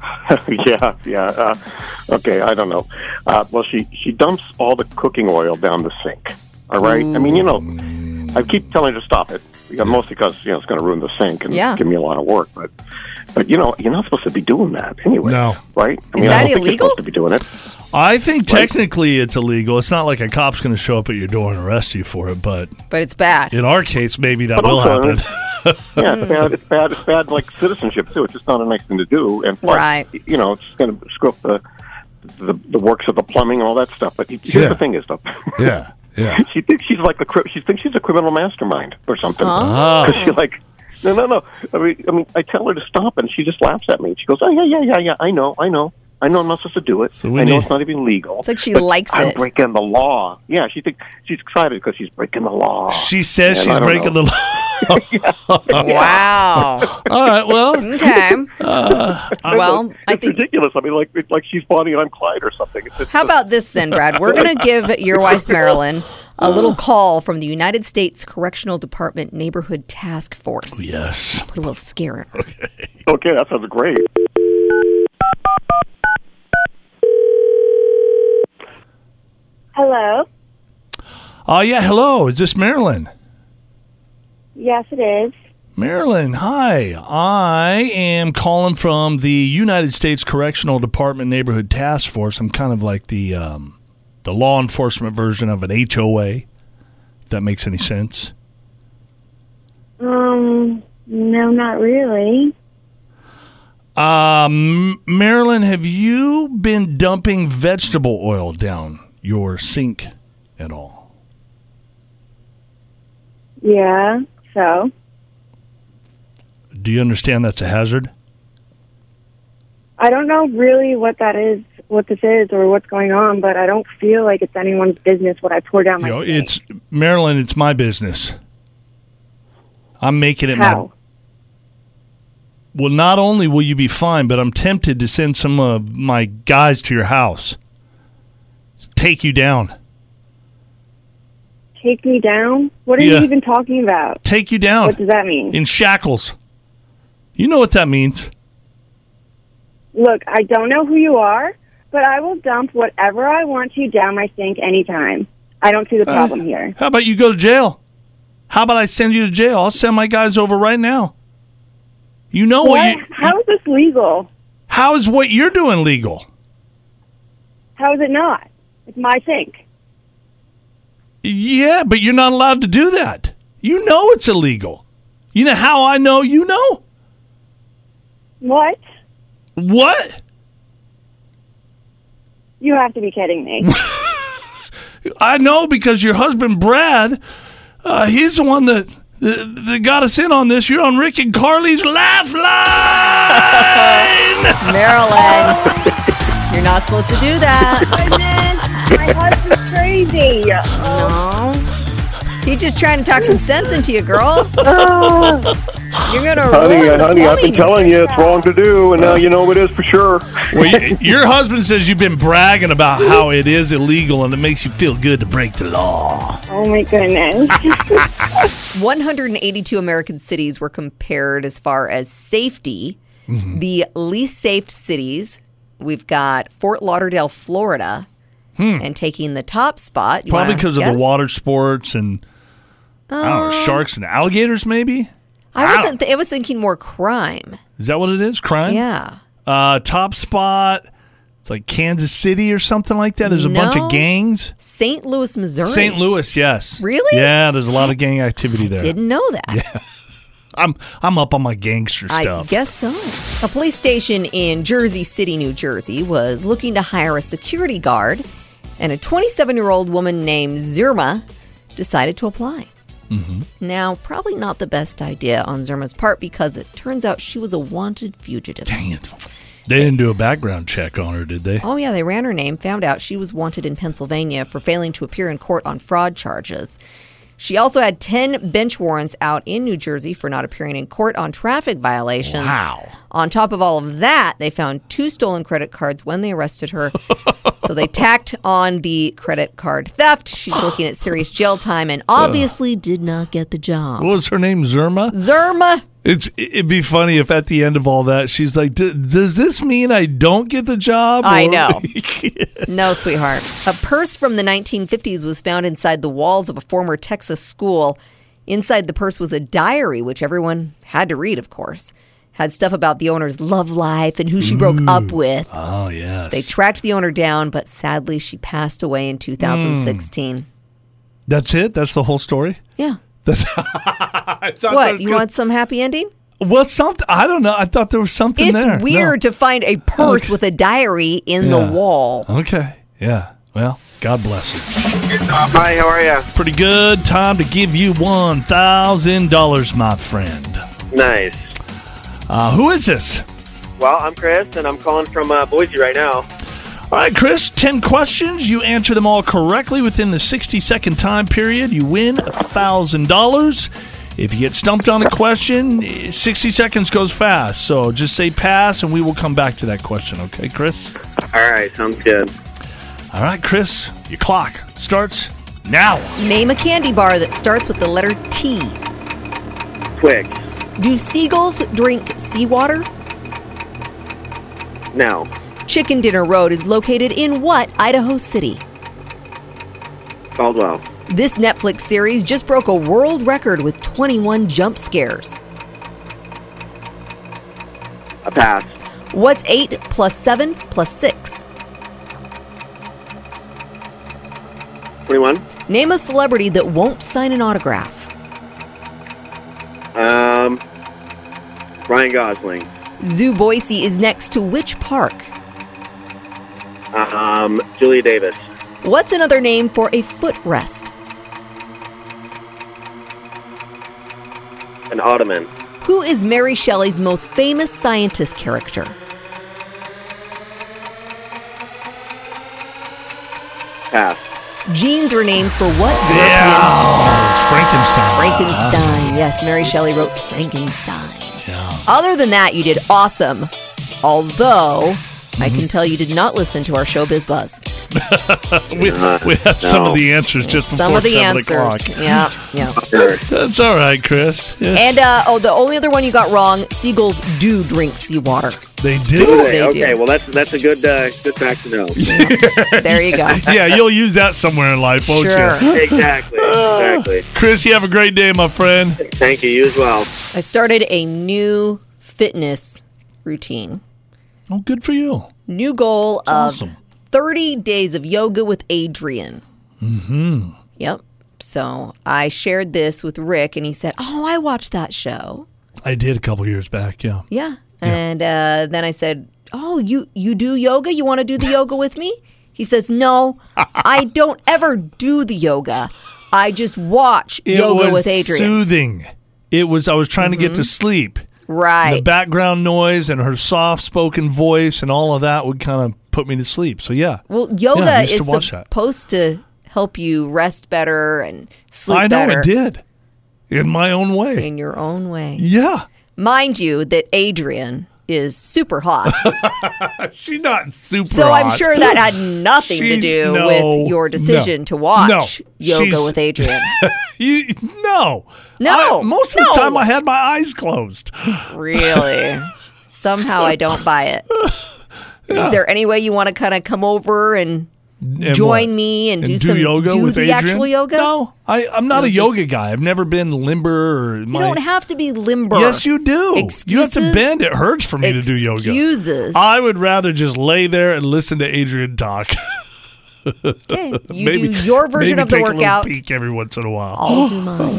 Speaker 9: (laughs) yeah, yeah. Uh, okay, I don't know. Uh, well, she she dumps all the cooking oil down the sink. All right. I mean, you know, I keep telling her to stop it. You know, mostly because you know it's going to ruin the sink and
Speaker 5: Yeah.
Speaker 9: give me a lot of work. But but you know, you're not supposed to be doing that anyway.
Speaker 6: No.
Speaker 9: Right? I
Speaker 5: Is
Speaker 9: mean,
Speaker 5: that
Speaker 9: I don't think
Speaker 5: illegal?
Speaker 9: you're supposed to be doing it.
Speaker 6: I think technically it's illegal. It's not like a cop's going to show up at your door and arrest you for it, but
Speaker 5: But it's bad.
Speaker 6: in our case, maybe that
Speaker 9: But
Speaker 6: will
Speaker 9: also- (laughs)
Speaker 6: happen.
Speaker 9: Yeah, it's bad. It's bad. It's bad. Like citizenship too. It's just not a nice thing to do. And plus,
Speaker 5: Right.
Speaker 9: you know, it's going to screw up the, the the works of the plumbing and all that stuff. But here's
Speaker 6: Yeah.
Speaker 9: the thing, is though.
Speaker 6: yeah. Yeah.
Speaker 9: she thinks she's like a cri- she thinks she's a criminal mastermind or something.
Speaker 6: Oh.
Speaker 9: 'Cause she like no no no. I mean, I mean I tell her to stop and she just laughs at me. She goes, oh yeah yeah yeah yeah I know I know I know I'm not supposed to do it.
Speaker 6: So we
Speaker 9: I know
Speaker 6: need-
Speaker 9: it's not even legal.
Speaker 5: It's like she
Speaker 9: but
Speaker 5: likes
Speaker 9: I'm
Speaker 5: it.
Speaker 9: breaking the law. Yeah, she thinks she's excited because she's breaking the law.
Speaker 6: She says
Speaker 9: And I
Speaker 6: she's
Speaker 9: don't
Speaker 6: breaking
Speaker 9: know.
Speaker 6: the law.
Speaker 5: Wow.
Speaker 6: (laughs) All right,
Speaker 9: (laughs)
Speaker 6: well,
Speaker 5: okay. well, I
Speaker 9: It's
Speaker 5: think
Speaker 9: ridiculous. I mean, like it's like she's Bonnie and I'm Clyde or something. It's, it's
Speaker 5: How about this then, Brad? We're going to give your wife, Marilyn, a little call from the United States Correctional Department Neighborhood Task Force.
Speaker 6: yes.
Speaker 5: Put a little scare in her.
Speaker 9: okay. That sounds great.
Speaker 8: Hello.
Speaker 6: Oh yeah, hello. Is this Marilyn?
Speaker 8: Yes, it is.
Speaker 6: Marilyn, hi. I am calling from the United States Correctional Department Neighborhood Task Force. I'm kind of like the um, the law enforcement version of an HOA. If that makes any sense.
Speaker 8: Um, no, not really.
Speaker 6: Um, Marilyn, have you been dumping vegetable oil down your sink at all?
Speaker 8: Yeah. So,
Speaker 6: Do you understand that's a hazard?
Speaker 8: I don't know really what that is, what this is, or what's going on, but I don't feel like it's anyone's business what I pour down my.
Speaker 6: You know,
Speaker 8: sink.
Speaker 6: it's Marilyn. It's my business. I'm making it my
Speaker 8: how.
Speaker 6: Well, not only will you be fine, but I'm tempted to send some of my guys to your house. Take you down.
Speaker 8: Take me down. What are
Speaker 6: Yeah.
Speaker 8: you even talking about?
Speaker 6: Take you down.
Speaker 8: What does that mean?
Speaker 6: In shackles. You know what that means.
Speaker 8: Look, I don't know who you are, but I will dump whatever I want to down my sink anytime. I don't see the problem here.
Speaker 6: How about you go to jail? How about I send you to jail? I'll send my guys over right now. You know what?
Speaker 8: What?
Speaker 6: you-
Speaker 8: How is this legal?
Speaker 6: how is what you're doing legal?
Speaker 8: How is it not? It's my sink.
Speaker 6: Yeah, but you're not allowed to do that. You know it's illegal. You know how I know you know?
Speaker 8: What?
Speaker 6: What?
Speaker 8: You have to be
Speaker 6: (laughs)
Speaker 8: kidding me.
Speaker 6: I know because your husband Brad, uh, he's the one that, that that got us in on this. You're on Rick and Carly's Lifeline.
Speaker 5: Marilyn, you're not supposed to do that.
Speaker 8: my husband's crazy.
Speaker 5: No. He's just trying to talk some sense into you,
Speaker 6: (laughs)
Speaker 5: girl. You're going to
Speaker 9: Honey,
Speaker 5: ruin the
Speaker 9: honey, I've been
Speaker 5: plumbing.
Speaker 9: telling you it's wrong to do, and now you know it is for sure.
Speaker 6: well, y- your husband says you've been bragging about how it is illegal and it makes you feel good to break the law.
Speaker 8: Oh my goodness.
Speaker 5: 182 American cities were compared as far as safety.
Speaker 6: Mm-hmm.
Speaker 5: The least safe cities, we've got Fort Lauderdale, Florida, and taking the top spot. you
Speaker 6: Hmm. Probably
Speaker 5: wanna
Speaker 6: because of the
Speaker 5: guess?
Speaker 6: water sports and I don't know,
Speaker 5: Oh.
Speaker 6: sharks and alligators. Maybe
Speaker 5: I wasn't. Th- I was thinking more crime.
Speaker 6: is that what it is? Crime.
Speaker 5: Yeah.
Speaker 6: Uh, top spot. It's like Kansas City or something like that. There's a bunch
Speaker 5: No.
Speaker 6: of gangs.
Speaker 5: St. Louis, Missouri.
Speaker 6: St. Louis, yes.
Speaker 5: Really?
Speaker 6: Yeah, there's a lot of gang activity there.
Speaker 5: Didn't know that.
Speaker 6: I'm I'm up on my gangster
Speaker 5: I
Speaker 6: stuff.
Speaker 5: guess so. A police station in Jersey City, New Jersey, was looking to hire a security guard, and a 27 year old woman named Zirma decided to apply.
Speaker 6: Mm-hmm.
Speaker 5: Now, probably not the best idea on Zirma's part because it turns out she was a wanted fugitive.
Speaker 6: Dang it. They didn't do a background check on her, did they?
Speaker 5: Oh, yeah, they ran her name, found out she was wanted in Pennsylvania for failing to appear in court on fraud charges. She also had 10 bench warrants out in New Jersey for not appearing in court on traffic violations.
Speaker 6: Wow.
Speaker 5: On top of all of that, they found two stolen credit cards when they arrested her. so they tacked on the credit card theft. She's looking at serious jail time and obviously did not get the job.
Speaker 6: What was her name? Zerma?
Speaker 5: Zerma.
Speaker 6: It's it'd be funny if at the end of all that she's like, "D- "Does this mean I don't get the job?"
Speaker 5: I
Speaker 6: or-"
Speaker 5: know. No, sweetheart. A purse from the 1950s was found inside the walls of a former Texas school. Inside the purse was a diary, which everyone had to read, of course. Had stuff about the owner's love life and who she broke up with.
Speaker 6: (laughs) oh yes.
Speaker 5: They tracked the owner down, but sadly, she passed away in 2016.
Speaker 6: That's it. That's the whole story.
Speaker 5: Yeah.
Speaker 6: That's (laughs) I thought there
Speaker 5: What?
Speaker 6: was
Speaker 5: You
Speaker 6: gonna-
Speaker 5: want some happy ending?
Speaker 6: Well, something. I don't know. I thought there was something
Speaker 5: It's
Speaker 6: there. No.
Speaker 5: weird to find a purse
Speaker 6: Okay.
Speaker 5: with a diary in
Speaker 6: Yeah.
Speaker 5: the wall.
Speaker 6: Okay. Yeah. Well, God bless her.
Speaker 3: Hi, how are you?
Speaker 6: Pretty good time to give you one thousand dollars, my friend.
Speaker 3: Nice.
Speaker 6: Uh, who is this?
Speaker 10: Well, I'm Chris, and I'm calling from uh, Boise right now.
Speaker 6: All right, Chris, 10 questions. You answer them all correctly within the 60 second time period. You win $1,000. If you get stumped on a question, eh, 60 seconds goes fast. So just say pass, and we will come back to that question, okay, Chris?
Speaker 10: All right, sounds good.
Speaker 6: All right, Chris, your clock starts now.
Speaker 5: Name a candy bar that starts with the letter T.
Speaker 10: Twix.
Speaker 5: Do seagulls drink seawater?
Speaker 10: No.
Speaker 5: Chicken Dinner Road is located in what Idaho city?
Speaker 10: Caldwell.
Speaker 5: This Netflix series just broke a world record with 21 jump scares.
Speaker 10: A pass.
Speaker 5: What's 8 plus 7 plus 6?
Speaker 10: 21.
Speaker 5: Name a celebrity that won't sign an autograph.
Speaker 10: Um, Ryan Gosling.
Speaker 5: Zoo Boise is next to which park?
Speaker 10: Um, Julia Davis.
Speaker 5: What's another name for a footrest?
Speaker 10: An ottoman.
Speaker 5: Who is Mary Shelley's most famous scientist character?
Speaker 10: Pass.
Speaker 5: Genes were named for what European
Speaker 6: Yeah, it's Frankenstein.
Speaker 5: Frankenstein. Yes, Mary Shelley wrote Frankenstein. Other than that, you did awesome. Although, I can tell you did not listen to our showbiz buzz.
Speaker 6: We, we had some
Speaker 10: Uh,
Speaker 6: of
Speaker 10: No.
Speaker 6: the answers just before
Speaker 5: Some of the
Speaker 6: 7
Speaker 5: answers.
Speaker 6: o'clock.
Speaker 5: Yeah, yeah.
Speaker 10: Sure.
Speaker 6: That's all right, Chris. Yes,
Speaker 5: And uh, oh, the only other one you got wrong seagulls do drink seawater.
Speaker 6: they
Speaker 5: (laughs)
Speaker 6: do.
Speaker 5: They
Speaker 10: okay,
Speaker 5: do.
Speaker 10: well that's that's a good uh, good fact to know.
Speaker 5: There you
Speaker 6: (laughs)
Speaker 5: go.
Speaker 6: yeah, you'll use that somewhere in life, won't
Speaker 5: Sure.
Speaker 6: you?
Speaker 10: exactly. Exactly.
Speaker 6: Chris, you have a great day, my friend.
Speaker 10: Thank you. You as well.
Speaker 5: I started a new fitness routine.
Speaker 6: Oh, good for you.
Speaker 5: New goal of
Speaker 6: Awesome.
Speaker 5: 30 days of yoga with Adrian. Mm-hmm. Yep. So I shared this with Rick, and he said, "Oh, I watched that show."
Speaker 6: I did a couple years back, yeah.
Speaker 5: Yeah. And uh, then I said, "Oh, you you do yoga? You want to do the yoga with me?" He says,
Speaker 6: (laughs)
Speaker 5: "No, I don't ever do the yoga. I just watch
Speaker 6: It
Speaker 5: yoga
Speaker 6: was
Speaker 5: with Adrian." Mm-hmm.
Speaker 6: soothing. It was I was trying to get to sleep. The
Speaker 5: right.
Speaker 6: background noise and her soft spoken voice and all of that would kind of put me to sleep. So yeah.
Speaker 5: well, yoga
Speaker 6: Yeah, I used to
Speaker 5: is
Speaker 6: watch that.
Speaker 5: supposed to help you rest better and sleep
Speaker 6: I know
Speaker 5: better
Speaker 6: it did. In my own way.
Speaker 5: in your own way.
Speaker 6: Yeah.
Speaker 5: Mind you, that Adrian is super
Speaker 6: (laughs)
Speaker 5: hot.
Speaker 6: She's not super
Speaker 5: So I'm
Speaker 6: hot.
Speaker 5: sure that had nothing to
Speaker 6: She's-
Speaker 5: do
Speaker 6: no,
Speaker 5: with your decision
Speaker 6: no,
Speaker 5: to watch
Speaker 6: no.
Speaker 5: yoga
Speaker 6: She's-
Speaker 5: with Adrian.
Speaker 6: (laughs) (laughs) You- no.
Speaker 5: No,
Speaker 6: I- most of
Speaker 5: no.
Speaker 6: the time I (laughs) had my eyes closed.
Speaker 5: really? Somehow I don't buy
Speaker 6: (laughs)
Speaker 5: it. Is there any way you want to kind of come over and
Speaker 6: And
Speaker 5: join
Speaker 6: what?
Speaker 5: me and,
Speaker 6: And
Speaker 5: do,
Speaker 6: do,
Speaker 5: some
Speaker 6: yoga
Speaker 5: do
Speaker 6: with
Speaker 5: the
Speaker 6: Adrian?
Speaker 5: actual yoga?
Speaker 6: No, I, I'm not
Speaker 5: You'll
Speaker 6: a
Speaker 5: just-
Speaker 6: yoga guy. I've never been limber or
Speaker 5: You
Speaker 6: my.
Speaker 5: don't have to be limber.
Speaker 6: Yes, you do. You have
Speaker 5: Excuses?
Speaker 6: to bend. It hurts for me to do yoga.
Speaker 5: Excuses.
Speaker 6: I would rather just lay there and listen to Adrian talk.
Speaker 5: Okay, you
Speaker 6: (laughs) maybe
Speaker 5: do your version
Speaker 6: maybe
Speaker 5: of the
Speaker 6: take
Speaker 5: workout. Oh.
Speaker 6: A little peek every once in a while.
Speaker 5: I'll do mine.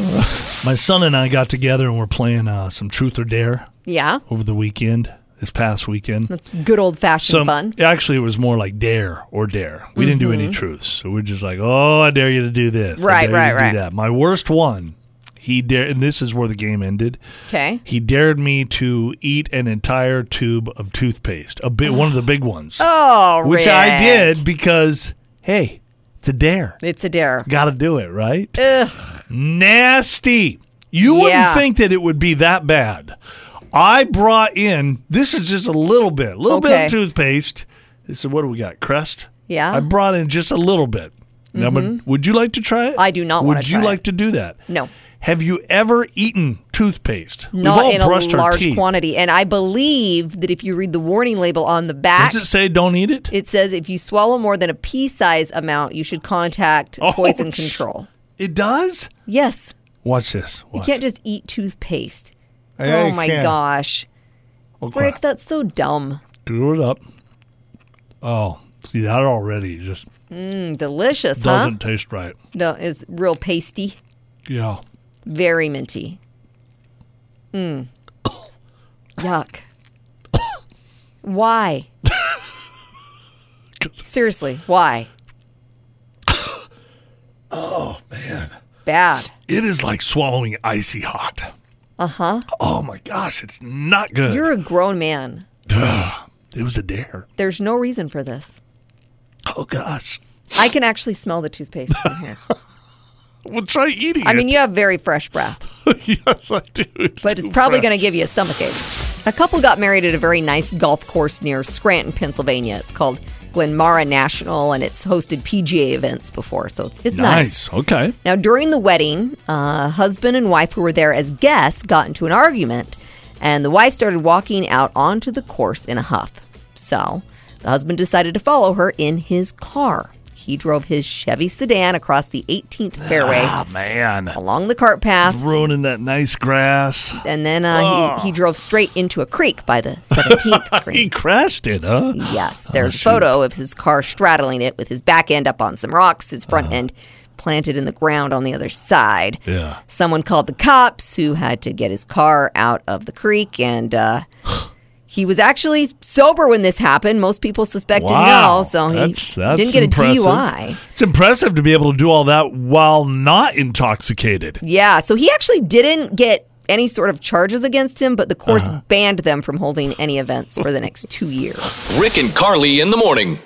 Speaker 6: My son and I got together and we're playing uh, some Truth or Dare
Speaker 5: Yeah,
Speaker 6: over the weekend. This past weekend.
Speaker 5: it's good old fashioned
Speaker 6: some
Speaker 5: fun. Mm-hmm.
Speaker 6: actually it was more like dare or dare we didn't do any truths so we're just like oh i dare you to do this I
Speaker 5: Right,
Speaker 6: dare you
Speaker 5: right,
Speaker 6: to do
Speaker 5: right.
Speaker 6: that. my worst one he dared and this is where the game ended
Speaker 5: Okay.
Speaker 6: he dared me to eat an entire tube of toothpaste a bit one of the big ones
Speaker 5: Oh,
Speaker 6: which i
Speaker 5: Rick.
Speaker 6: did because hey it's a dare
Speaker 5: It's a dare.
Speaker 6: gotta do it right
Speaker 5: Ugh.
Speaker 6: nasty. You
Speaker 5: Yeah.
Speaker 6: wouldn't think that it would be that bad. I brought in, this is just a little bit, a little
Speaker 5: Okay.
Speaker 6: bit of toothpaste. This is what do we got? Crest?
Speaker 5: Yeah. Mm-hmm.
Speaker 6: I brought in just a little bit. Now, would, would you like to try it?
Speaker 5: I do not
Speaker 6: Would
Speaker 5: wanna
Speaker 6: you
Speaker 5: try
Speaker 6: like
Speaker 5: it.
Speaker 6: to do that?
Speaker 5: No.
Speaker 6: Have you ever eaten toothpaste? We've all
Speaker 5: not in a
Speaker 6: brushed our
Speaker 5: large
Speaker 6: teeth.
Speaker 5: quantity. And I believe that if you read the warning label on the back,
Speaker 6: Does it say don't eat it?
Speaker 5: it says if you swallow more than a pea size amount, you should contact
Speaker 6: Oh,
Speaker 5: poison
Speaker 6: sh-
Speaker 5: control.
Speaker 6: It does?
Speaker 5: Yes,
Speaker 6: Watch this.
Speaker 5: you
Speaker 6: Watch.
Speaker 5: can't just eat toothpaste.
Speaker 6: Yeah,
Speaker 5: oh
Speaker 6: you
Speaker 5: my
Speaker 6: can.
Speaker 5: gosh,
Speaker 6: Okay.
Speaker 5: Rick, that's so dumb.
Speaker 6: Do it up. Oh, see, that already just
Speaker 5: Mm, Delicious, huh?
Speaker 6: doesn't taste right.
Speaker 5: No, it's real pasty,
Speaker 6: Yeah.
Speaker 5: very minty. Mm. (coughs) Yuck. Why? Seriously, why?
Speaker 6: Man.
Speaker 5: Bad.
Speaker 6: It is like swallowing icy hot.
Speaker 5: Uh huh.
Speaker 6: Oh my gosh, it's not good.
Speaker 5: You're a grown man.
Speaker 6: Duh. It was a dare.
Speaker 5: There's no reason for this.
Speaker 6: Oh gosh.
Speaker 5: I can actually smell the toothpaste from here.
Speaker 6: Well, try eating
Speaker 5: I mean,
Speaker 6: it.
Speaker 5: you have very fresh breath,
Speaker 6: (laughs) yes, I do.
Speaker 5: but it's
Speaker 6: too
Speaker 5: probably going to
Speaker 6: fresh.
Speaker 5: give you a stomachache. A couple got married at a very nice golf course near Scranton, Pennsylvania. It's called Glenmara National, and it's hosted PGA events before, so it's, it's nice.
Speaker 6: nice. Okay.
Speaker 5: Now, during the wedding, uh, husband and wife who were there as guests got into an argument, and the wife started walking out onto the course in a huff. So, the husband decided to follow her in his car. He drove his Chevy sedan across the 18th fairway
Speaker 6: Ah man,
Speaker 5: along the cart path,
Speaker 6: ruining that nice grass.
Speaker 5: and then uh, he, he drove straight into a creek by the 17th
Speaker 6: (laughs) He
Speaker 5: green.
Speaker 6: crashed it, huh? Oh,
Speaker 5: Yes, there's a photo of his car straddling it with his back end up on some rocks, his front
Speaker 6: Uh-huh.
Speaker 5: end planted in the ground on the other side.
Speaker 6: Yeah.
Speaker 5: Someone called the cops who had to get his car out of the creek. And
Speaker 6: (gasps)
Speaker 5: uh, he was actually sober when this happened. Most people suspected
Speaker 6: Wow.
Speaker 5: no. So he
Speaker 6: that's, that's
Speaker 5: didn't get
Speaker 6: impressive.
Speaker 5: a DUI.
Speaker 6: It's impressive to be able to do all that while not intoxicated.
Speaker 5: Yeah. So he actually didn't get any sort of charges against him, but the
Speaker 6: Uh-huh.
Speaker 5: courts banned them from holding any events for the next two years.
Speaker 4: Rick and Carly in the morning.